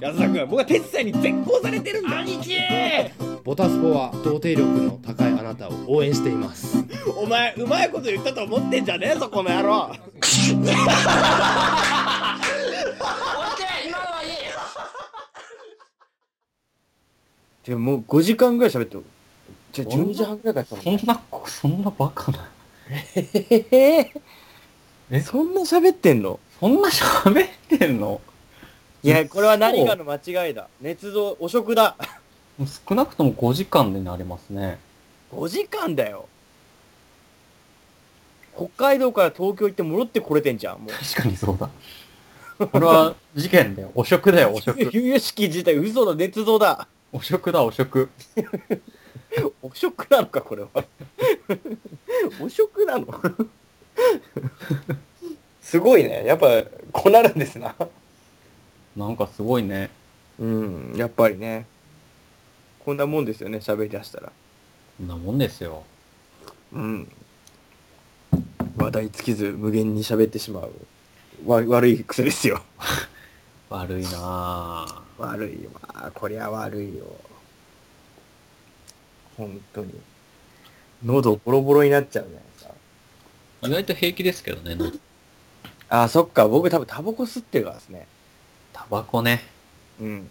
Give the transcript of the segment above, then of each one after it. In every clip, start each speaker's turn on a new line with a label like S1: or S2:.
S1: 安田君僕は哲也に絶交されてるんだ
S2: 兄貴
S3: ボタスポは童貞力の高いあなたを応援しています
S1: お前うまいこと言ったと思ってんじゃねえぞこの野郎
S2: 今のはいい
S4: でももう5時間ぐらい喋ってるじゃあ
S5: そんな
S4: 12時半ぐらいから喋って
S5: そんな、そんなバカな。
S4: るえー
S5: え
S4: そんな喋ってんの
S5: そんな喋ってんの
S4: いや、これは何かの間違いだ。捏造、汚職だ。
S5: 少なくとも5時間になりますね。
S4: 5時間だよ。北海道から東京行って戻ってこれてんじゃん、もう。
S5: 確かにそうだ。これは事件だよ。汚 職だよ、汚職。
S4: 由々しき自体嘘だ、捏造だ。
S5: 汚職だ、汚職。
S4: 汚職なのか、これは。汚職なのすごいね。やっぱ、こうなるんですな。
S5: なんかすごいね。
S4: うん、やっぱりね。こんなもんですよね、喋り出したら。
S5: こんなもんですよ。
S4: うん。話題尽きず、無限に喋ってしまう。わ悪い癖ですよ。
S5: 悪いなぁ。
S4: 悪いわこりゃ悪いよ本当に喉ボロボロになっちゃうじゃないですか
S5: 意外と平気です けどね。
S4: あーそっか僕多分タバコ吸ってるからですね
S5: タバコね。
S4: うん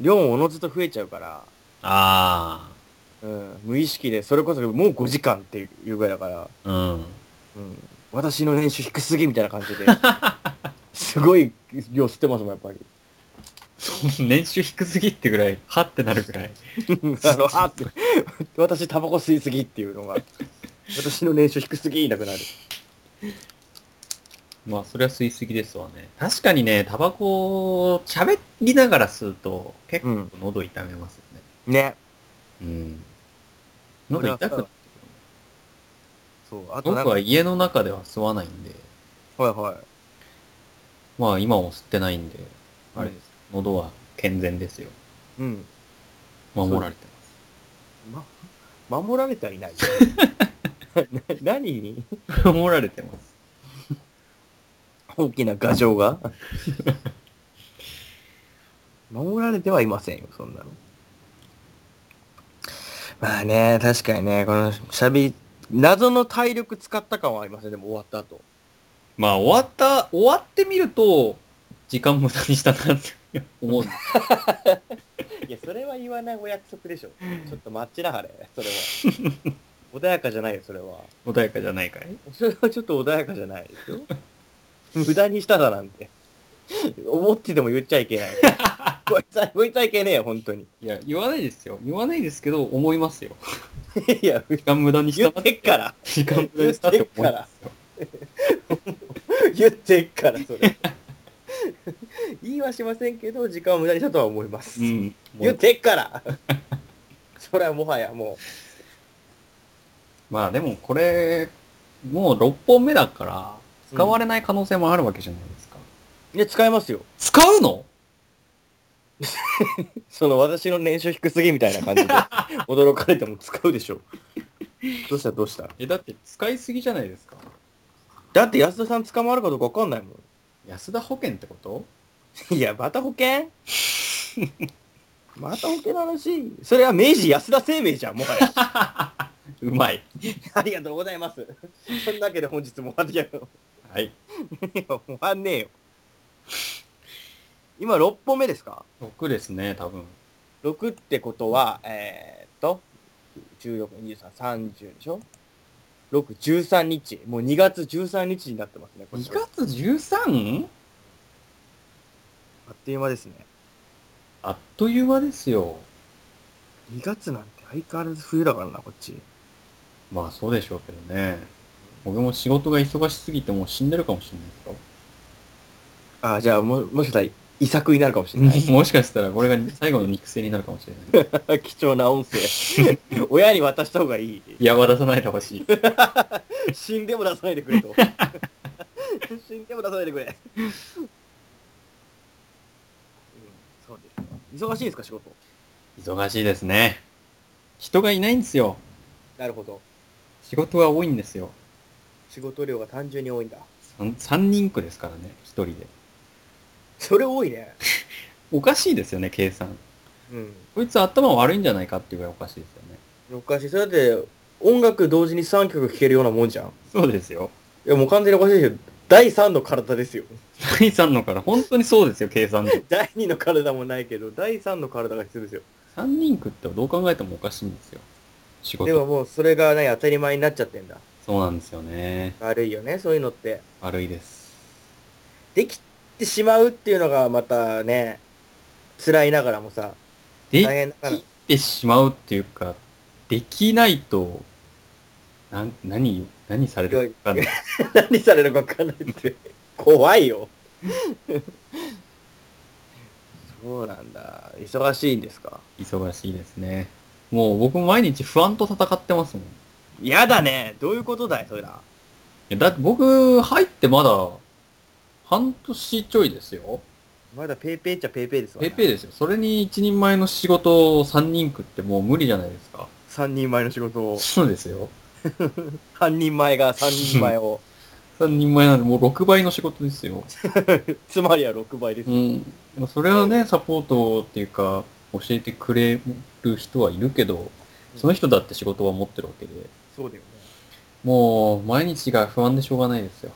S4: 量もおのずと増えちゃうから、
S5: あ
S4: うん、無意識でそれこそもう5時間っていうぐらいだから、
S5: あ。うん。
S4: うん、私の年収低すぎみたいな感 じですごい量吸ってますもんやっぱり
S5: 年収低すぎってぐらい、はってなるぐらい。
S4: あのあーって私タバコ吸いすぎっていうのが私の年収低すぎなくなる
S5: まあ、それは吸いすぎですわね。確かにね、タバコを喋りながら吸うと、結構喉痛めますよね。
S4: ね
S5: うん。喉痛くなる。
S4: そう、あとなん
S5: 僕
S4: か、
S5: は
S4: はい
S5: 家の中では吸わないんで、
S4: は
S5: まあ今も吸ってないんで、
S4: い。
S5: あれです。喉は健全ですよ。
S4: うん。
S5: 守られてます。
S4: ま、守られてはい ない。な 何に
S5: 守られてます。
S4: 大きな牙城が 守られてはいませんよ、そんなの。まあね、確かにね、このしゃべり、謎の体力使った感はありますね、でも終わった後。
S5: まあ終わった、終わってみると、時間無駄にしたなって思う。
S4: いや、それは言わないお約束で しょ。ちょっと待ちなはれ、それは。 穏やかじゃないよ、それは。
S5: 穏やかじゃないかい
S4: それはちょっと穏やかじゃないですよ。無駄にしただなんて。思ってても言っちゃいけない。こいつは、こいつはいけねえよ、本当に。
S5: いや、言わないですよ。言わないですけど、思いますよ。
S4: いや、
S5: 時間無駄にし
S4: 言
S5: た
S4: っ
S5: な。
S4: てっから。
S5: 時間無駄にしたって思いますよ。
S4: 言ってっから、それ。言いはしませんけど、時間を無駄にしたとは思います。
S5: うん。
S4: 言ってっから。それはもはやも
S5: まあでもこれ、もう6本目だから、使われない可能性もあるわけじゃないですか。
S4: う。いや、使えますよ。
S5: 使うの
S4: その私の年収低すぎみたいな感 じで、驚かれても使うでしょ。どうしたどうした
S5: え、だって使いすぎじゃないですか。
S4: だって安田さん捕まるかどうかわかんないもん。
S5: 安田保険ってこと
S4: いや、また保険 また保険の話それは明治安田生命じゃん、もはや。
S5: うまい。
S4: ありがとうございます。そんなわけで本日も終わりやろ。
S5: はい。
S4: いや、終わんねえよ。今、6本目ですか
S5: 6ですね、多分。
S4: ?6 ってことは、えー、っと、16、23、30でしょ ?6、13日。もう2月13日になってますね。これ
S5: 2月 13?
S4: あっという間ですね。
S5: あっという間ですよ。
S4: 2月なんて相変わらず冬だからな、こっち。
S5: まあそうでしょうけどね。僕も仕事が忙しすぎてもう死んでるかもしれないですよ。
S4: あー、じゃあ、も、もしかしたら、遺作になるかもしれない。
S5: もしかしたらこれが最後の肉声になるかもしれない。
S4: 貴重な音 声。親に渡した方がいい。
S5: いや、渡さないでほしい。
S4: 死んでも出さないでくれ と。死んでも出さないでくれ。うんそうですか忙しいですか、仕事。
S5: 忙しいですね。人がいないんですよ。
S4: なるほど。
S5: 仕事が多いんですよ。
S4: 仕事量が単純に多いんだ。
S5: 3, 人区ですからね、1人で。
S4: それ多いね。
S5: おかしいですよね、計算。
S4: うん。
S5: こいつ頭悪いんじゃないかっていうぐらいおかしいですよね。
S4: おかしい。それだって、音楽同時に3曲聴けるようなもんじゃん。い
S5: そうですよ。
S4: や、もう完全におかしいですよ。第3の体ですよ。
S5: 第3のから、本当にそうですよ、計算で。
S4: 第2の体もないけど、第3の体が必要ですよ。
S5: 3人食ってはどう考えてもおかしいんですよ。仕
S4: でも
S5: 事。
S4: もうそれがね、当たり前になっちゃってんだ。
S5: そうなんですよね。
S4: 悪いよね、そういうのって。
S5: 悪いです。
S4: できてしまうっていうのがまたね、辛いながらもさ、
S5: で
S4: 大変だから
S5: き。てしまうっていうか、できないと、なん何、何されるかわかんない。
S4: 何されるか分かんないって。怖いよ。そうなんだ。忙しいんですか
S5: 忙しいですね。もう僕も毎日不安と戦ってますもん。い
S4: やだね。どういうことだい、それら。
S5: やだって僕、入ってまだ、半年ちょいですよ。
S4: まだペイペイっちゃペイペイですわ、
S5: ペ
S4: ね。
S5: イペイですよ。それに一人前の仕事を三人食ってもう無理じゃないですか。
S4: 三人前の仕事を。
S5: そうですよ。
S4: 三人前が三人前 を。
S5: 三人前なんでもう6倍の仕事ですよ。
S4: つまりは6倍です
S5: う。ん。まあそれはね、サポートっていうか、教えてくれる人はいるけど、その人だって仕事は持ってるわけで、
S4: そうだよね。
S5: もう毎日が不安でしょうがないですよ。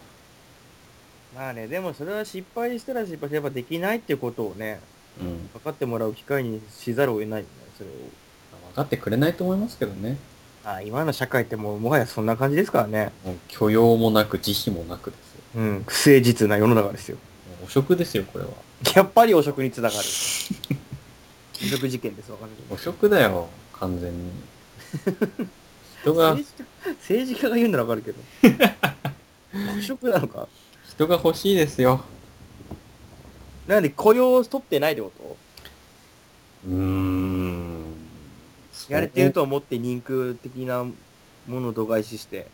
S4: まあね、でもそれは失敗したら失敗すればできないっていうことをね、
S5: うん。
S4: 分かってもらう機会にしざるを得ないよね、それを。
S5: 分かってくれないと思いますけどね。
S4: あ今の社会ってもうもはやそんな感じですからね。
S5: もう許容もなく、慈悲もなくですよ。
S4: うん、不誠実な世の中ですよ。
S5: もう汚職ですよ、これは。
S4: やっぱり汚職につながる。汚職事件です、わかんないけど
S5: 汚職だよ、完 全に。人が
S4: 政、治家政治家が言うんならわかるけど。汚職なのか
S5: 人が欲しいですよ。
S4: なんで雇用を取ってないってこと
S5: うーん。
S4: やれてると思って人空的なものを度外視して。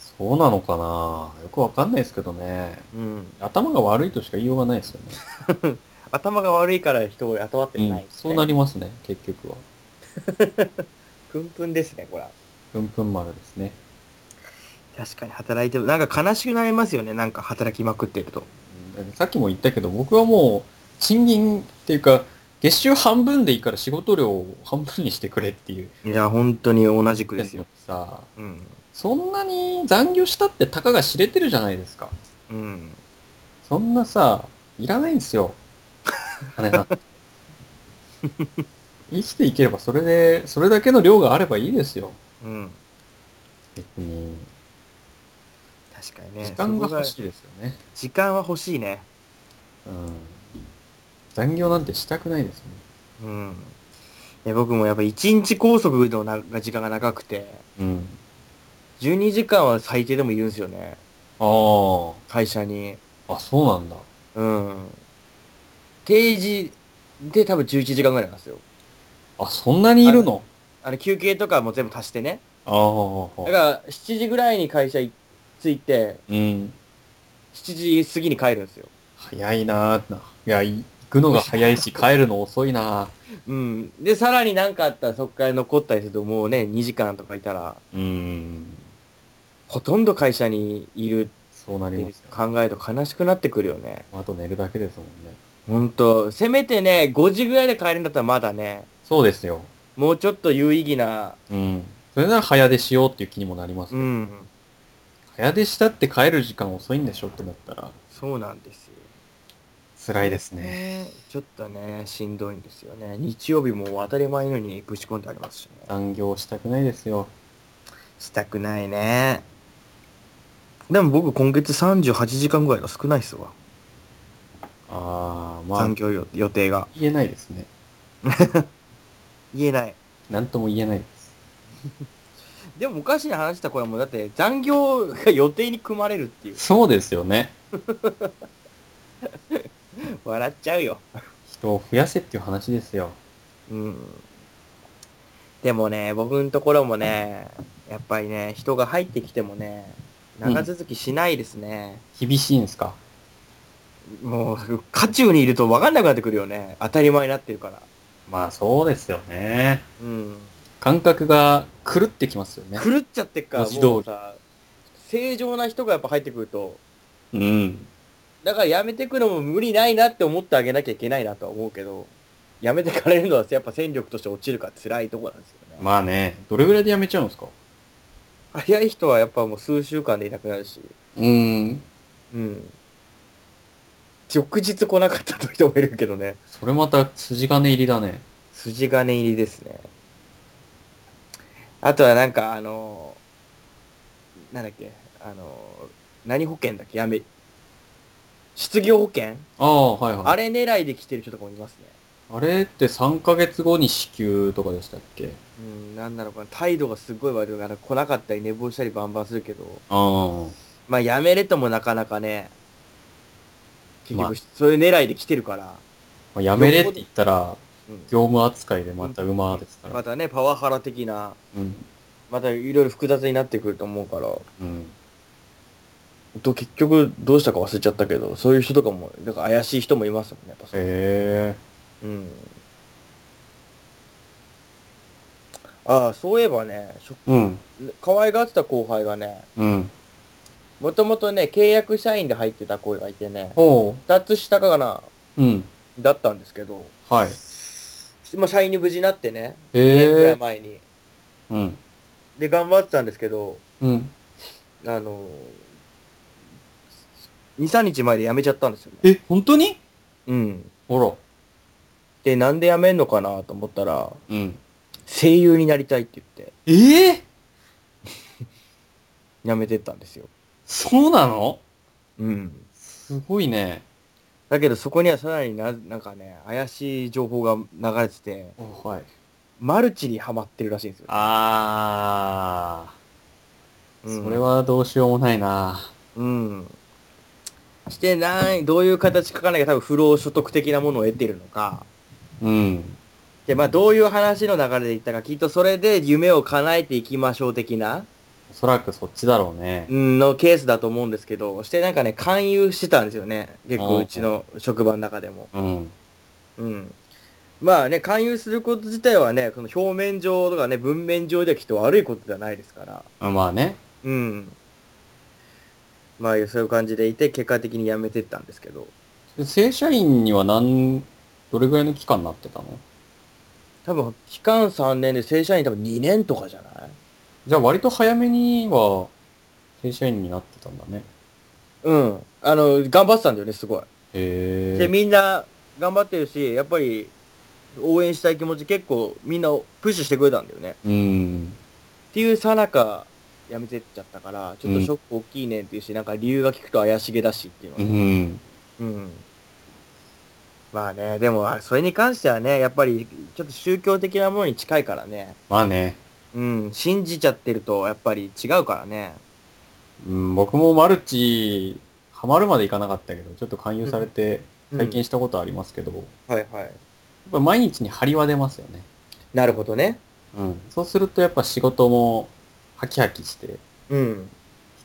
S5: そう。そうなのかなよくわかんないですけどね。
S4: うん。
S5: 頭が悪いとしか言いようがないですよね。
S4: 頭が悪いから人を雇わってない、
S5: うんそうなりますね、結局は。
S4: くんぷんですね、これは。
S5: ぷんぷん丸ですね。
S4: 確かに働いてる。なんか悲しくなりますよね、なんか働きまくってると。
S5: うんさっきも言ったけど、僕はもう、賃金っていうか、月収半分でいいから仕事量を半分にしてくれっていう。
S4: いや、本当に同じくですよ。
S5: さあ、
S4: うん。
S5: そんなに残業したってたかが知れてるじゃないですか。
S4: うん。
S5: そんなさ、いらないんですよ。金 なんて生きていければそれで、それだけの量があればいいですよ。
S4: うん。
S5: 別に。
S4: 確かにね。
S5: 時間が欲
S4: そこ
S5: しいですよね。
S4: 時間は欲しいね。
S5: うん。残業なんてしたくないですよね。
S4: うん。いや僕もやっぱ1日拘束のなが時間が長くて、
S5: うん。
S4: 12時間は最低でもいるんですよね。
S5: あ
S4: 会社に。
S5: あ。あ、そうなんだ。
S4: うん。定時で多分11時間ぐらいなんですよ。
S5: あ、そんなにいるの
S4: あの、休憩とかも全部足してね。だ
S5: ああ
S4: から、7時ぐらいに会社い着いて、
S5: うん。
S4: 7時過ぎに帰るんですよ。
S5: 早いなぁ。いや、行くのが早いし、 帰るの遅いな
S4: うん。で、さらになんかあったらそっから残ったりすると、もうね、2時間とかいたら、
S5: ぁ。うん。
S4: ほとんど会社にいる
S5: そうな
S4: っ
S5: り
S4: て
S5: ますよ。
S4: 考えると悲しくなってくるよね。
S5: あと寝るだけですもんね。
S4: ほんと、せめてね、5時ぐらいで帰れるんだったらまだね、
S5: そうですよ。
S4: もうちょっと有意義な、
S5: うん。それなら早出しようっていう気にもなりますけ
S4: う
S5: ど、
S4: ん。
S5: 早出したって帰る時間遅いんでしょってなったら、
S4: そうなんですよ。
S5: 辛いですね。
S4: ちょっとね、しんどいんですよね。日曜日も当たり前のようにぶち込んでありますしね。
S5: 残業したくないですよ。
S4: したくないね。でも僕今月38時間ぐらいが少ないっすわ。
S5: ああ、まあ
S4: 残、業予予定が。
S5: 言えないですね。
S4: 言えない。
S5: なんとも言えないです。
S4: でもおかしい話だこれはもうだって残業が予定に組まれるっていう。
S5: そうですよね。
S4: 笑っちゃうよ。
S5: 人を増やせっていう話ですよ。
S4: うん。でもね、僕のところもね、やっぱりね、人が入ってきてもね、長続きしないですね。
S5: 厳しいんですか
S4: もう、渦中にいると分かんなくなってくるよね。当たり前になってるから。
S5: まあそうですよね。
S4: うん。
S5: 感覚が狂ってきますよね。
S4: 狂っちゃってっから、
S5: 文字通り
S4: もうさ、正常な人がやっぱ入ってくると、
S5: うん。
S4: だからやめてくのも無理ないなって思ってあげなきゃいけないなとは思うけど、やめてかれるのはやっぱ戦力として落ちるから辛いとこなんですよね。
S5: まあね、どれぐらいでやめちゃうんですか
S4: 早い人はやっぱもう数週間でいなくなるし、
S5: うーん。
S4: うん。翌日来なかった人もいるけどね。
S5: それまた筋金入りだね。
S4: 筋金入りですね。あとはなんかあのーなんだっけ、あのー何保険だっけやめ、失業保険
S5: ああ、はいはい。
S4: あ
S5: れ
S4: れ狙いで来てる人とかもいますね。
S5: あれって3ヶ月後に支給とかでしたっけ
S4: うん、なんだろうかな、態度がすごい悪いから、来なかったり寝坊したりバンバンするけど、
S5: ああ。
S4: まあやめれともなかなかね、結
S5: まあ
S4: 局、そういう狙いで来てるから、
S5: まあ、やめれって言ったら、
S4: うん
S5: 業務扱いでまた馬ですから。
S4: またね、パワハラ的な、
S5: うん。
S4: またいろいろ複雑になってくると思うから、
S5: うん。
S4: と結局どうしたか忘れちゃったけど、そういう人とかも、なんか怪しい人もいますもんね、やっぱそう
S5: へ
S4: う
S5: え。
S4: ん。ああ、そういえばね、しょ
S5: うん。
S4: 可愛がってた後輩がね、
S5: うん。
S4: もともとね、契約社員で入ってた子がいてね、
S5: ほ
S4: 二つ下かな、
S5: う。うん。
S4: だったんですけど、
S5: はい。
S4: まあ、社員に無事なってね、2年ぐ
S5: へ
S4: らい
S5: え。
S4: 前に。
S5: うん。
S4: で、頑張ってたんですけど、
S5: うん。
S4: あの、2、3日前で辞めちゃったんですよね。
S5: え、本当に
S4: うん。
S5: ほら。
S4: で、なんで辞めんのかなと思ったら、
S5: うん。
S4: 声優になりたいって言って、
S5: ええ
S4: 辞めてったんですよ。
S5: そうなの
S4: うん。
S5: すごいね。
S4: だけど、そこにはさらにな、なんかね、怪しい情報が流れてて、
S5: はい。
S4: マルチにハマってるらしいんですよ。
S5: あー、
S4: うん
S5: それはどうしようもないな。
S4: うん。してない、どういう形かわかんないけど、多分不労所得的なものを得てるのか、
S5: うん。
S4: で、まあ、どういう話の流れでいったか、きっとそれで夢を叶えていきましょう的な、
S5: おそらくそっちだろうね。
S4: うん、のケースだと思うんですけど、してなんかね、勧誘してたんですよね。結
S5: あ
S4: 構、
S5: ー
S4: うちの職場の中でも。
S5: うん。
S4: うん。まあね、勧誘すること自体はね、その表面上とかね、文面上ではきっと悪いことではないですから。
S5: まあね。
S4: うん。まあ、そういう感じでいて、結果的に辞めてったんですけど、
S5: 正社員には何、どれぐらいの期間になってたの
S4: 多分、期間3年で正社員多分2年とかじゃない
S5: じゃあ割と早めには、正社員になってたんだね。
S4: うん。あの、頑張ってたんだよね、すごい。
S5: へ
S4: で、
S5: え。
S4: みんな頑張ってるし、やっぱり応援したい気持ち結構みんなプッシュしてくれたんだよね。
S5: うん。
S4: っていうさなか、辞めてっちゃったから、ちょっとショック大きいねんっていうし、なんか理由が聞くと怪しげだしっていうの
S5: う
S4: は。
S5: ん。
S4: うん。まあね、でも、あそれに関してはね、やっぱり、ちょっと宗教的なものに近いからね。
S5: まあね。
S4: うん、信じちゃってると、やっぱり違うからね。
S5: うん、僕もマルチ、ハマるまでいかなかったけど、ちょっと勧誘されて体験したことありますけど、やっ
S4: はいはい。
S5: ぱ毎日に張りは出ますよね。
S4: なるほどね。
S5: うん。そうするとやっぱ仕事もハキハキして、
S4: うん。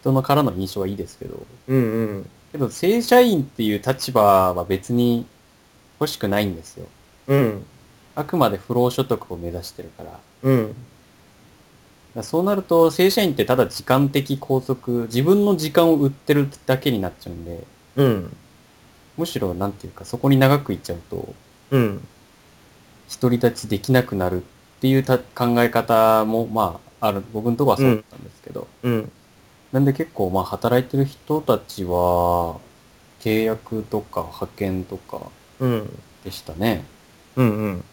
S5: 人のからの印象はいいですけど、
S4: うんうん。
S5: けど正社員っていう立場は別に欲しくないんですよ。
S4: うん。
S5: あくまで不労所得を目指してるから。だか
S4: うん。
S5: らそうなると正社員ってただ時間的拘束、自分の時間を売ってるだけになっちゃうんで、
S4: うん。
S5: むしろなんていうかそこに長くいっちゃうと、
S4: うん。
S5: 独り立ちできなくなるっていうた考え方もまあある、僕のとこはそうだったんですけど、
S4: うん。
S5: なんで結構まあ働いてる人たちは、契約とか派遣とか
S4: うん。
S5: でしたね。
S4: うんうん。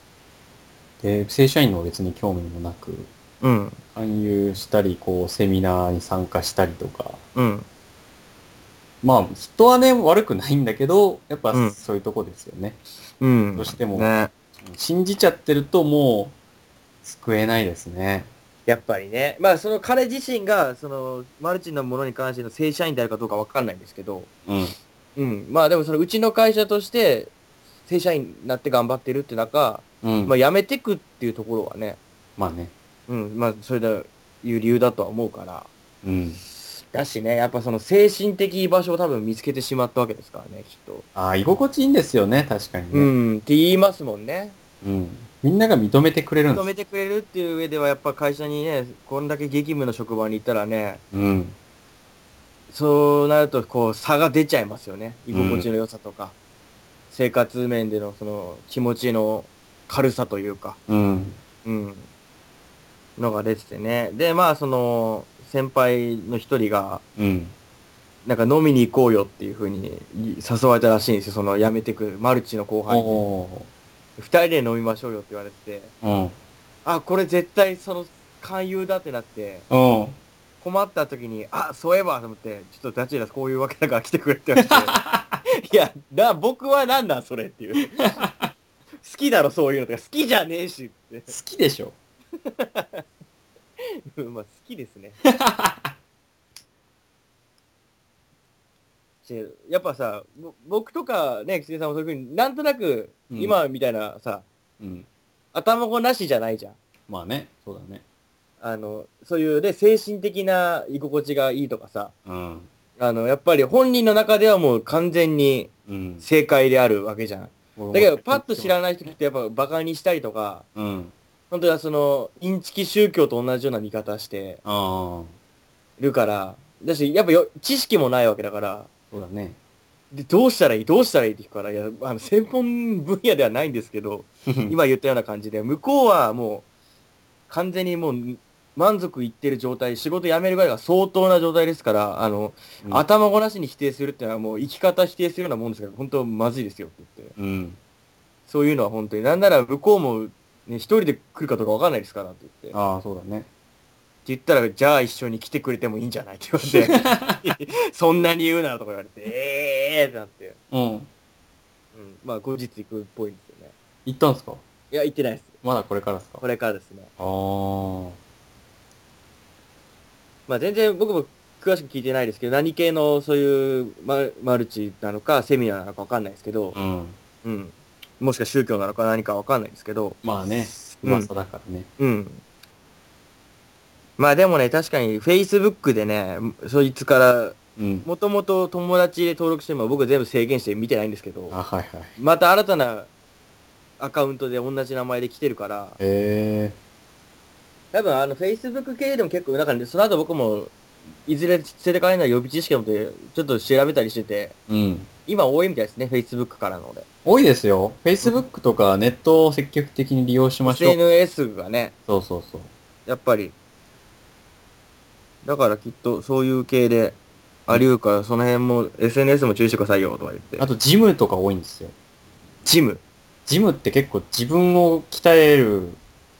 S5: で、正社員の別に興味もなく、
S4: うん。
S5: 勧誘したり、こう、セミナーに参加したりとか、
S4: うん。
S5: まあ、人はね、悪くないんだけど、やっぱ
S4: うん
S5: そういうとこですよね。
S4: うん。
S5: どうしても
S4: ね。
S5: 信じちゃってるともう、救えないですね。
S4: やっぱりね。まあ、その彼自身が、その、マルチのものに関しての正社員であるかどうかわかんないんですけど、
S5: うん。
S4: うん。まあ、でもその、うちの会社として、正社員になって頑張ってるって中、
S5: うん。
S4: ま
S5: ま
S4: あ、辞めてくっていうところはね、
S5: あね。
S4: うん。まあ、それだ、いう理由だとは思うから。
S5: うん。
S4: だしね、やっぱその、精神的居場所を多分見つけてしまったわけですからね、きっと。
S5: ああ、居心地いいんですよね、確かに
S4: う
S5: ね。
S4: ん。って言いますもんね。
S5: うん。みんなが認めてくれるんで
S4: 認
S5: す。
S4: めてくれるっていう上では、やっぱ会社にね、こんだけ激務の職場に行ったらね、
S5: うん。
S4: そうなると、こう、差が出ちゃいますよね。居心地の良さとか、生活面でのその気持ちの軽さというか、
S5: うん。
S4: うん、のが出ててね。で、まあ、その、先輩の一人が、
S5: うん。
S4: なんか飲みに行こうよっていう風に誘われたらしいんですよ。その辞めてくるマルチの後輩に。
S5: お
S4: 二人で飲みましょうよって言われてて、
S5: ー。
S4: あ、これ絶対その勧誘だってなって、
S5: うん。うん。
S4: 困った時に、あ、そういえばと思って、ちょっとダチュラこういうわけだから来てくれって言われ て。いや、な、僕はなんだそれっていう。好きだろそういうのとか、好きじゃねえしっ
S5: 好きでしょ。
S4: て。まあ好きです ね。でやっぱさ、ぼ僕とかね、吉江さんもそういうふうになんとなく、
S5: うん
S4: 今みたいなさ、
S5: うん。
S4: 頭ごなしじゃないじゃん。
S5: まあね、そうだね。
S4: あの、そういうね、精神的な居心地がいいとかさ、
S5: うん。
S4: あの、やっぱり本人の中ではもう完全に
S5: うん。
S4: 正解であるわけじゃん。
S5: だ
S4: だけど、パッと知らない人ってやっぱ馬鹿にしたりとか、
S5: うん。
S4: 本当はその、インチキ宗教と同じような見方して
S5: ああ。
S4: るから、だし、やっぱよ知識もないわけだから、
S5: そうだ ね。
S4: で、どうしたらいいどうしたらいいって聞くから、いや、あ の、専門分野ではないんですけど、今言ったような感じで、向こうはもう、完全にもう、満足いってる状態、仕事辞めるぐらいが相当な状態ですから、あの、
S5: うん
S4: 頭ごなしに否定するっていうのはもう生き方否定するようなもんですから、本当まずいですよって言って。
S5: うん。
S4: そういうのは本当に。なんなら向こうも、ね、一人で来るかどうかわかんないですからって言って。
S5: ああ、そうだね。
S4: って言ったら、じゃあ一緒に来てくれてもいいんじゃないって言わ れて、 そんなに言うなとか言われて、ええーってなって。
S5: うん。
S4: うん。まあ後日行くっぽいんですよね。
S5: 行ったんすか
S4: いや、行ってないです。
S5: まだこれからですか
S4: これからですね。
S5: ああ。
S4: まあ全然僕も詳しく聞いてないですけど、何系のそういうマルマルチなのか、セミナーなのかわかんないですけど、
S5: うん。
S4: うん。もしか宗教なのか何かわかんないですけど、
S5: まあね、
S4: うん
S5: 噂だからね。
S4: うん。まあでもね、確かに Facebook でね、そいつから、
S5: うん。
S4: もともと友達で登録しても僕は全部制限して見てないんですけど、
S5: あ、はいはい。
S4: また新たなアカウントで同じ名前で来てるから、
S5: へえ。
S4: 多分あの Facebook 系でも結構、なんかねその後僕も、いずれ捨ててかれない予備知識を持って、ちょっと調べたりしてて、
S5: うん。
S4: 今多いみたいですね、Facebook からの俺。
S5: 多いですよ。Facebook とかネットを積極的に利用しましょう。
S4: SNS がね、
S5: そうそうそう。
S4: やっぱり。だからきっとそういう系で、ありうるから、その辺も SNS も注意してくださいよ、とか言って。
S5: あと、ジムとか多いんですよ。
S4: ジム。
S5: ジムって結構自分を鍛える、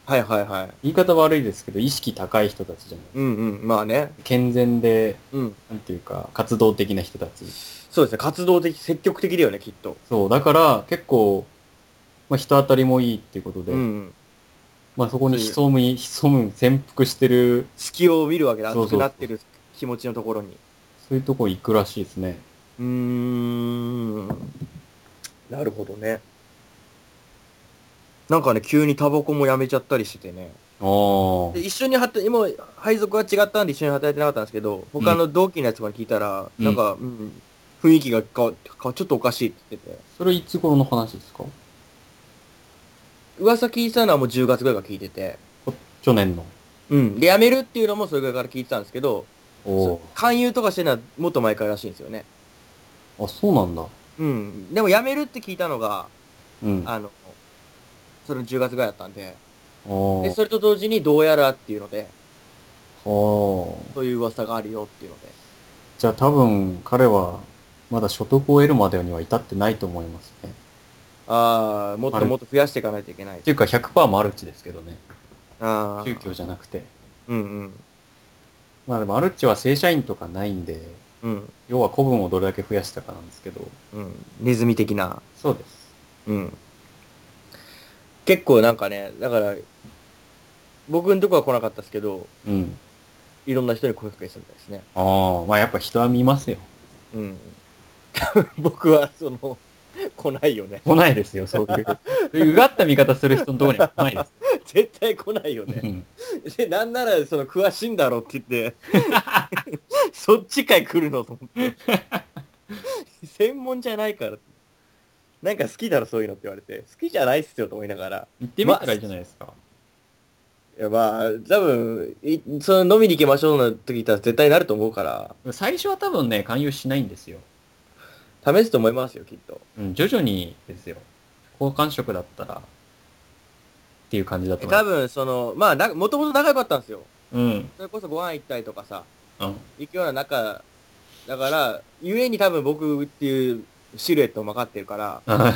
S4: はいはいはい。
S5: 言い方悪いですけど、意識高い人たちじゃない。
S4: うんうん、まあね。
S5: 健全で、
S4: うん。
S5: なんていうか、活動的な人たち。
S4: そうですね、活動的、積極的だよね、きっと。
S5: そう、だから結構、まあ人当たりもいいっていうことで、
S4: うんうん。
S5: まあそこに潜む、潜む、潜伏してる、
S4: 隙を見るわけだ、
S5: そう
S4: 熱
S5: そう
S4: くなってる気持ちのところに。
S5: そういうとこ行くらしいですね。
S4: うーん。なるほどね。なんかね、急にタバコもやめちゃったりしててね。
S5: ああ。
S4: で一緒に働い今、配属は違ったんで一緒に働いてなかったんですけど、他の同期のやつから聞いたら、
S5: うん
S4: なんか、うん、雰囲気がかかちょっとおかしいって言ってて。
S5: それいつ頃の話ですか
S4: 噂聞いてたのはもう10月ぐらいから聞いてて。
S5: 去年の。
S4: うん。で、辞めるっていうのもそれぐらいから聞いてたんですけど、
S5: お
S4: 勧誘とかしてるのはもっと前かららしいんですよね。
S5: お。あ、そうなんだ。
S4: うん。でも辞めるって聞いたのが、
S5: うん。あ
S4: あの、その10月ぐらいだったんで、で、
S5: ー
S4: それと同時にどうやらっていうので、
S5: あー。
S4: そういう噂があるよっていうので。
S5: じゃあ多分彼はまだ所得を得るまでには至ってないと思いますね。
S4: ああ、もっともっと増やしていかないといけない
S5: っ。ていうか100%マルチですけどね。
S4: ああ。
S5: 宗教じゃなくて。
S4: うんうん。
S5: まあでもマルチは正社員とかないんで、
S4: うん。
S5: 要は古文をどれだけ増やしたかなんですけど。
S4: うん。ネズミ的な。
S5: そうです。
S4: うん。結構なんかね、だから、僕のとこは来なかったですけど、
S5: うん。
S4: いろんな人に声かけてたみたいですね。
S5: ああ、まあやっぱ人は見ますよ。
S4: うん。 僕は、その、来ないよね。
S5: 来ないですよ、そういう。そう いううがった見方する人のところには来ないです。
S4: 絶対来ない よね
S5: う。ん
S4: で、なんなら、その、詳しいんだろうって言って、 そっちかい来るのと思って。 専門じゃないから。なんか好きだろ、そういうのって言われて。好きじゃないっすよ、と思いながら。
S5: 行ってみたらいいじゃないですか。
S4: いやまあ、多分、いその飲みに行きましょうの時だったら絶対なると思うから、
S5: 最初は多分ね、勧誘しないんですよ。
S4: 試すと思いますよ、きっと。
S5: うん、徐々にですよ。好感触だったら、っていう感じだと思いま
S4: 多
S5: す。
S4: 分、その、まあ、なもともと仲良かったんですよ。
S5: うん。
S4: それこそご飯行ったりとかさ、
S5: うん。
S4: 行くような仲、だから、ゆえに多分僕っていうシルエットを分かってるから、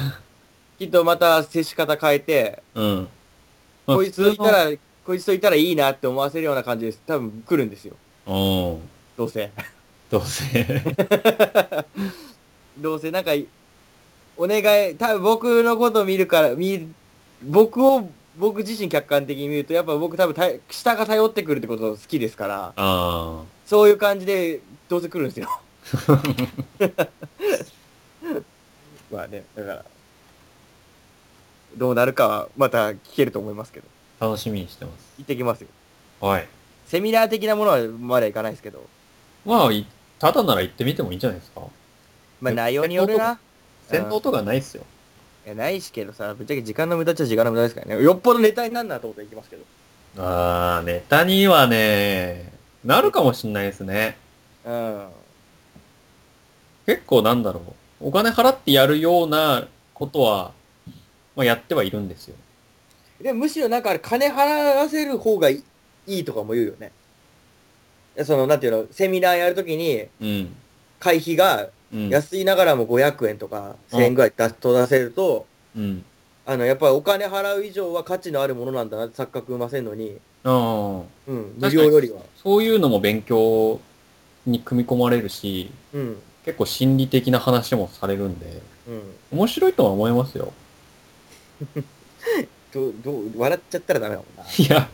S4: きっとまた接し方変えて、
S5: うん。まあ
S4: こいつといた、ら、こいつといたらいいなって思わせるような感じです。多分来るんですよ。
S5: うん。
S4: どうせ。
S5: どうせ。
S4: どうせなんか、お願い、多分僕のことを見るから、見、僕を、僕自身客観的に見ると、やっぱ僕多分たい、下が頼ってくるってこと好きですから、
S5: あ
S4: そういう感じで、どうせ来るんで すよ。 まあね、だから、どうなるかは、また聞けると思いますけど、
S5: あ。楽しみにしてます。
S4: 行ってきますよ。
S5: はい。
S4: セミナー的なものはまだ行かないですけど、
S5: まあ、いただなら行ってみてもいいんじゃないですか
S4: まあ内容によるな。
S5: 戦闘とかないっすよ。
S4: いや、ないしけどさ、ぶっちゃけ時間の無駄っちゃ時間の無駄ですからね。よっぽどネタになんなと思って行きますけど。
S5: ああ、ネタにはね、なるかもしんないですね。
S4: うん。
S5: 結構なんだろう。お金払ってやるようなことは、まあ、やってはいるんですよ。
S4: でむしろなんかあれ金払わせる方がいいいいとかも言うよね。いやその、なんていうの、セミナーやるときに、
S5: うん。
S4: 会費が
S5: うん。
S4: 安いながらも500円とか
S5: うん
S4: 1000円ぐらい出すと出せると、
S5: うん。
S4: あの、やっぱりお金払う以上は価値のあるものなんだなって錯覚生ませんのに、
S5: ああ。
S4: うん、無料よりは。
S5: そういうのも勉強に組み込まれるし、
S4: うん、
S5: 結構心理的な話もされるんで、
S4: うん。
S5: 面白いとは思いますよ。
S4: ど、どう、笑っちゃったらダメだもんな。い
S5: いや、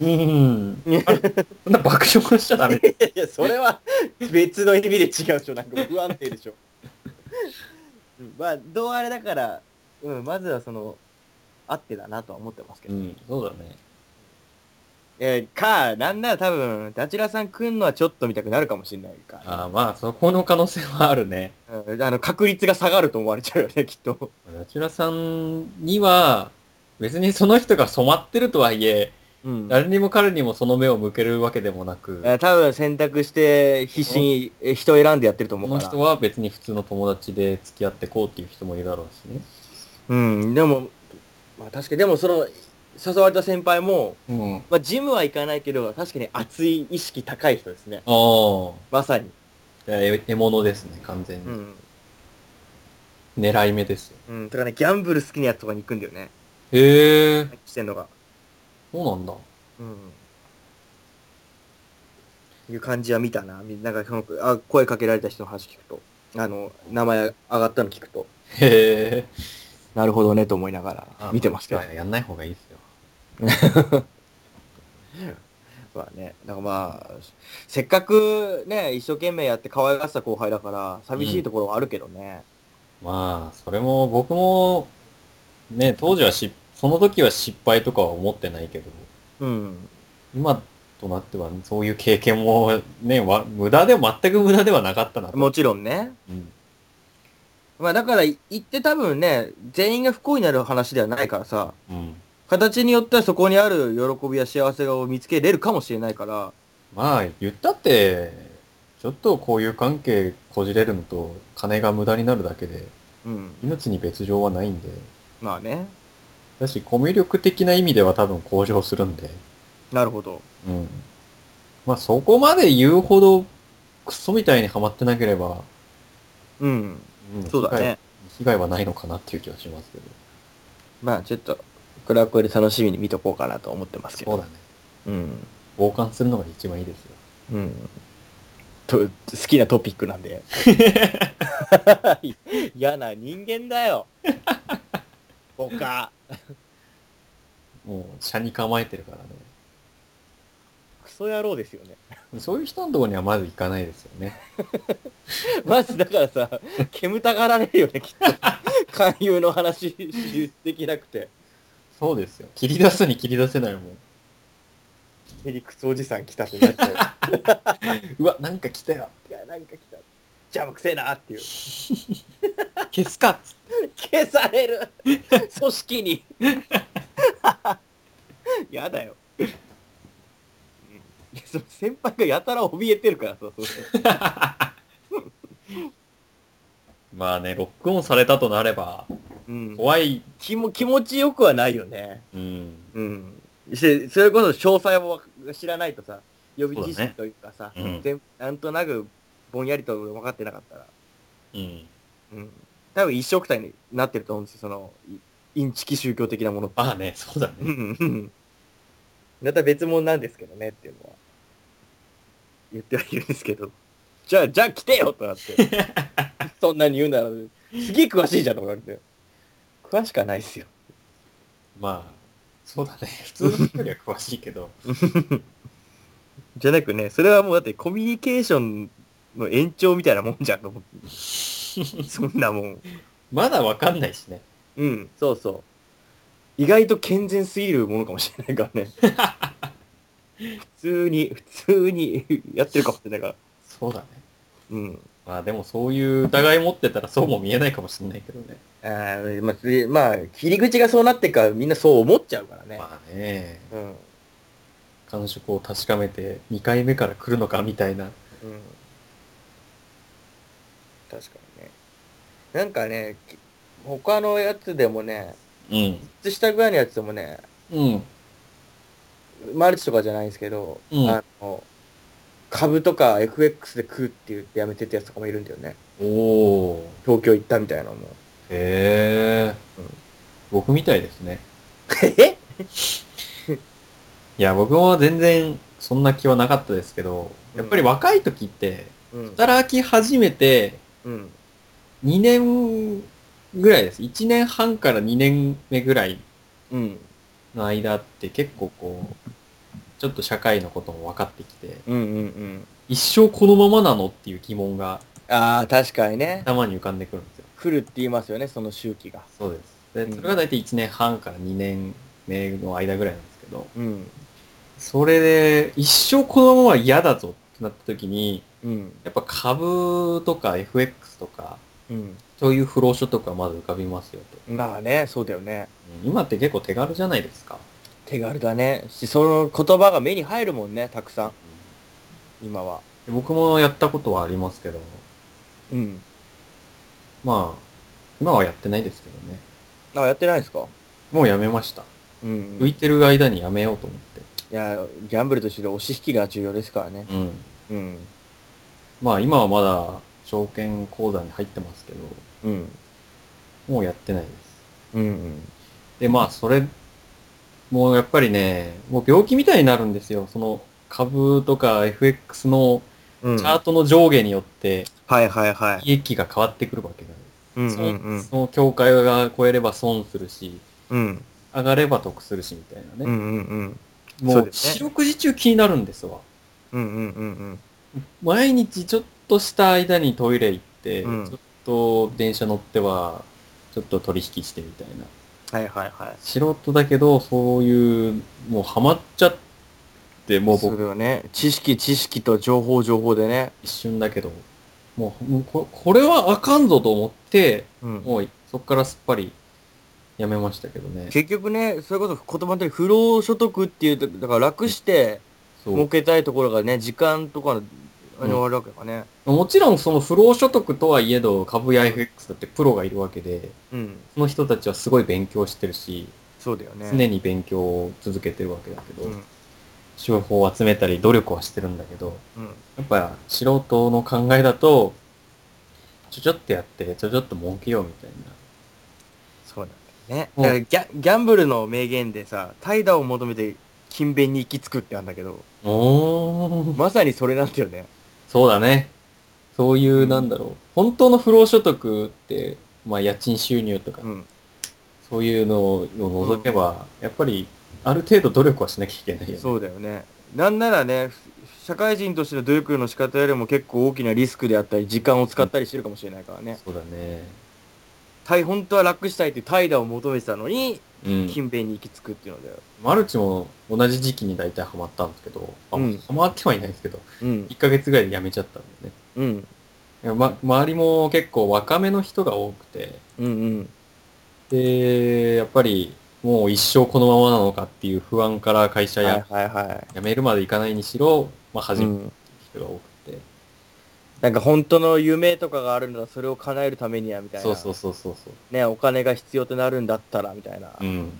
S5: うん。あれそんな爆笑しちゃ ダメ。
S4: やいや、それは別の意味で違うでしょ。なんか不安定で しょ。うんまあ、どうあれだから、うん、まずはその、あってだなとは思ってますけ
S5: う
S4: ど。
S5: ん、そうだね。
S4: えーか、なんなら多分、ダチュラさん来んのはちょっと見たくなるかもしれないか
S5: ああ、まあ、そこの可能性はあるね。
S4: ら。うん、あの、確率が下がると思われちゃうよ ね、きっと。
S5: ナチュラさんには、別にその人が染まってるとはいえ、
S4: うん。
S5: 誰にも彼にもその目を向けるわけでもなく、
S4: えー多分選択して必死にえー人を選んでやってると
S5: こ
S4: 思
S5: の
S4: うか
S5: 人
S4: ら。
S5: は別に普通の友達で付き合ってこうっていう人もいるだろうしね。
S4: うん、でも、まあ確かに、でもその、誘われた先輩も、
S5: うん。あ
S4: まあジムは行かないけど、確かに熱い意識高い人ですね。
S5: あ。
S4: まさに。
S5: いやえ獲物ですね、完全に。
S4: うん。
S5: 狙い目ですよ。
S4: うん。とかね、ギャンブル好きなやつとかに行くんだよね。
S5: へえ、
S4: してんのが。
S5: そうなんだ。
S4: うん。いう感じは見たな。みんながそのあ声かけられた人の話聞くと。あの、名前上がったの聞くと。
S5: へえ。
S4: なるほどね、と思いながら見てますけど。
S5: あやんない方がいいですよ。
S4: まあね、だからまあ、せっかくね、一生懸命やって可愛がってた後輩だから、寂しいところはあるけどね。
S5: まあ、それも、僕も、ね、当時はし、その時は失敗とかは思ってないけど、
S4: うん。
S5: 今となっては、そういう経験も、ね、わ無駄で、全く無駄ではなかったなと。
S4: もちろんね。
S5: うん、
S4: まあだから、行って多分ね、全員が不幸になる話ではないからさ、
S5: うん。
S4: 形によってはそこにある喜びや幸せを見つけれるかもしれないから、
S5: まあ、言ったって、ちょっとこういう関係こじれるのと、金が無駄になるだけで、
S4: うん。
S5: 命に別状はないんで、
S4: まあね。
S5: だし、コミュ力的な意味では多分向上するんで、
S4: なるほど。
S5: うん。まあ、そこまで言うほど、クソみたいにはまってなければ、
S4: うん。
S5: ん
S4: そうだね。
S5: 被害。被害はないのかなっていう気はしますけど。
S4: まあちょっと、これはこれで楽しみに見とこうかなと思ってますけど。
S5: そうだね。
S4: うん。
S5: 傍観するのが一番いいですよ。
S4: うん。と、好きなトピックなんで。 嫌な人間だよ。他。
S5: もう、車に構えてるからね。
S4: クソ野郎ですよね。
S5: そういう人のところにはまず行かないですよね。
S4: まずだからさ、煙たがられるよね、きっと。勧誘の話しできなくて。
S5: そうですよ。切り出すに切り出せないもん。
S4: ヘリクソおじさん来たってなっちゃう。
S5: うわ、なんか来たよ。
S4: いや、なんか来た。邪魔くせえなっていう。
S5: 消すかっつっ
S4: 消
S5: て
S4: される組織に やだよ。いやその先輩がやたら怯えてるからさ、それ
S5: まあね、ロックオンされたとなれば、
S4: うん。
S5: 怖い。
S4: 気も気持ちよくはないよね。
S5: うん。
S4: うん。して、それこそ詳細を知らないとさ、予備知
S5: そうだね
S4: 識というかさ、
S5: うん
S4: 全なんとなくぼんやりと分かってなかったら、
S5: うん。
S4: うん。多分一生体になってると思うんですよ、その、いインチキ宗教的なものって。
S5: まあね、そうだね。
S4: うんうん。また別物なんですけどねっていうのは、言ってはいるんですけど。じゃあ、じゃあ来てよとなって。そんなに言うなら、すげえ詳しいじゃんとか言われて。詳しくはないですよ。
S5: まあ、そうだね。 普通の人よりは詳しいけど。
S4: じゃなくね、それはもうだってコミュニケーションの延長みたいなもんじゃんと思って。そんなもん。
S5: まだわかんないしね。
S4: うん、そうそう。意外と健全すぎるものかもしれないからね。普通に、普通にやってるかもしれないから。
S5: そうだね。
S4: うん。
S5: まあでもそういう疑い持ってたらそうも見えないかもしれないけどね。
S4: あーまあ、それまあ、切り口がそうなってからみんなそう思っちゃうからね。
S5: まあね、
S4: うん。うん。
S5: 感触を確かめて2回目から来るのかみたいな。
S4: 確かにね。なんかね、き他のやつでもね、
S5: うん。
S4: 下ぐらいのやつでもね、
S5: うん。
S4: マルチとかじゃないんですけど、
S5: うん
S4: あの、株とか FX で食うって言ってやめてったやつとかもいるんだよね。
S5: おお。
S4: 東京行ったみたいなのも。
S5: へえ、
S4: うん
S5: 僕みたいですね。
S4: え
S5: いや、僕も全然そんな気はなかったですけど、やっぱり若い時って、
S4: うん。
S5: 働き始めて
S4: うん。
S5: 2年ぐらいです。1年半から2年目ぐらい
S4: うん。
S5: の間って結構こう、ちょっと社会のことも分かってきて、
S4: うんうんうん。
S5: 一生このままなのっていう疑問が
S4: ああ、確かにね。
S5: 頭に浮かんでくるんですよ。
S4: 来るって言いますよね、その周期が。
S5: そうで
S4: う
S5: す。
S4: ん
S5: で、それが大体1年半から2年目の間ぐらいなんですけど、
S4: うん。
S5: それで一生このままは嫌だぞってなった時に、
S4: うん。
S5: やっぱ株とか FX とか、
S4: うん。
S5: そういう不労所得はまず浮かびますよと。
S4: まあね、そうだよね。
S5: 今って結構手軽じゃないですか。
S4: 手軽だね。し、その言葉が目に入るもんね、たくさん。今は。
S5: で僕もやったことはありますけど、
S4: うん。
S5: まあ、今はやってないですけどね。
S4: あ、やってないんですか
S5: もうやめました。
S4: うん
S5: 浮い
S4: い
S5: てる間にやめようと思って。
S4: や、ギャンブルとして押し引きが重要ですからね。
S5: うん。
S4: うん。
S5: まあ今はまだ証券口座に入ってますけど、
S4: うん。
S5: もうやってないです。
S4: うん。
S5: で、まあそれ、もうやっぱりね、もう病気みたいになるんですよ。その株とか FX の
S4: うん。
S5: チャートの上下によって
S4: はいはいはい。
S5: 利益が変わってくるわけなんです。
S4: うん
S5: そうの
S4: ん
S5: その境界が超えれば損するし、
S4: うん。
S5: 上がれば得するしみたいな
S4: うんう
S5: ね。
S4: んうん。
S5: も
S4: そう
S5: う
S4: ですね
S5: 四六時中気になるんですわ。
S4: うんうんうん
S5: 毎日ちょっとした間にトイレ行って、
S4: うん
S5: ちょっと電車乗っては、ちょっと取引してみたいな。
S4: はいはいはい。
S5: 素人だけど、そういう、もうハマっちゃって、もう
S4: そ
S5: 僕
S4: れはね、知識知識と情報情報でね。
S5: 一瞬だけど、もう、もうここれはあかんぞと思って、
S4: うん
S5: もうそっからすっぱりやめましたけどね。
S4: 結局ね、それこそ言葉の通り不労所得っていうと、だから楽して
S5: そ
S4: 儲
S5: う
S4: けたいところがね、時間とかの、あれ
S5: うん
S4: 終わるわけかね。
S5: もちろんその不労所得とはいえど、株や FX だってプロがいるわけで、
S4: うん。
S5: その人たちはすごい勉強してるし、
S4: そうだよね。
S5: 常に勉強を続けてるわけだけど、
S4: うん。
S5: 情報を集めたり努力はしてるんだけど、
S4: うん。
S5: やっぱ素人の考えだと、ちょちょっとやって、ちょちょっと儲けようみたいな。
S4: そうなんだよね。
S5: うん
S4: だからギャギャンブルの名言でさ、怠惰を求めて勤勉に行き着くってあるんだけど、
S5: おー。
S4: まさにそれなんだよね。
S5: そうだね。そういう、
S4: うん
S5: なんだろう。本当の不労所得って、まあ家賃収入とか、
S4: うん。
S5: そういうのを除けば、やっぱり、ある程度努力はしなきゃいけないよね。
S4: そうだよね。なんならね、社会人としての努力の仕方よりも結構大きなリスクであったり、時間を使ったりしてるかもしれないからね。
S5: そうだね。
S4: 大本当は楽したいっていう怠惰を求めてたのに、
S5: うん。
S4: 勤勉に行き着くっていうのだよ。
S5: マルチも同じ時期に大体ハマったんですけど、あ
S4: うん
S5: ハマってはいないですけど、
S4: うん。
S5: 1ヶ月ぐらいで辞めちゃったんだよね
S4: うん。
S5: いや。ま、周りも結構若めの人が多くて、
S4: うんうん。
S5: で、やっぱり、もう一生このままなのかっていう不安から会社
S4: はい
S5: や、
S4: はいはい。
S5: 辞めるまでいかないにしろ、まあ、始
S4: う
S5: める
S4: ん
S5: 人が多くて。
S4: なんか本当の夢とかがあるならそれを叶えるためにはみたいな。
S5: そうそうそうそうそう。
S4: ね、お金が必要となるんだったらみたいな、
S5: うん。
S4: 引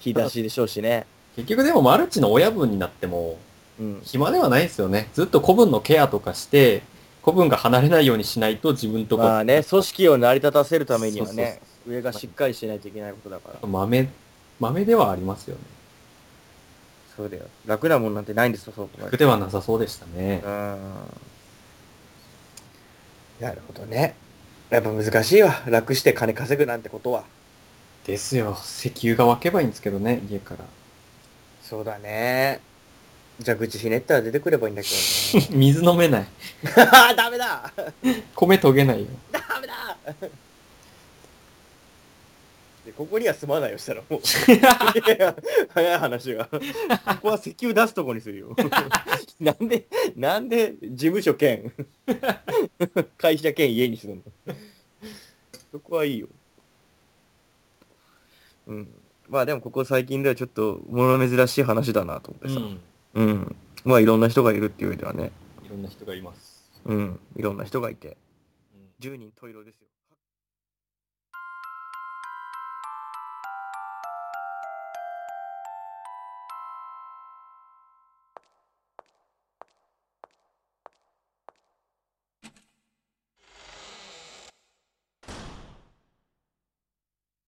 S4: き出しでしょうしね。
S5: 結局でもマルチの親分になっても、
S4: うん。
S5: 暇ではないですよね。ずっと子分のケアとかして、子分が離れないようにしないと自分とか、
S4: まあね、組織を成り立たせるためには
S5: そうそうそ
S4: ね、上がしっかりしないといけないことだから。
S5: 豆、豆ではありますよね。
S4: そうだよ。楽なもんなんてないんですよ、そう考え
S5: 楽
S4: る
S5: ではなさそうでしたね
S4: と。う。ん。なるほどね。やっぱ難しいわ。楽して金稼ぐなんてことは。
S5: ですよ。石油が湧けばいいんですけどね、家から。
S4: そうだね。蛇口ひねったら出てくればいいんだけど ね。
S5: 水飲めない。
S4: ダメだ
S5: 米研げないよ。
S4: ダメだでここには住まないよしたらもういや 早い話がここは石油出すとこにするよ なんでなんで事務所兼会社兼家にするのそこはいいようんまあでもここ最近ではちょっと物珍しい話だなと思ってさうん、まあいろんな人がいるっていうよりはね
S5: いろんな人がいます。
S4: うんいろんな人がいて
S5: うん
S4: 10人十色ですよ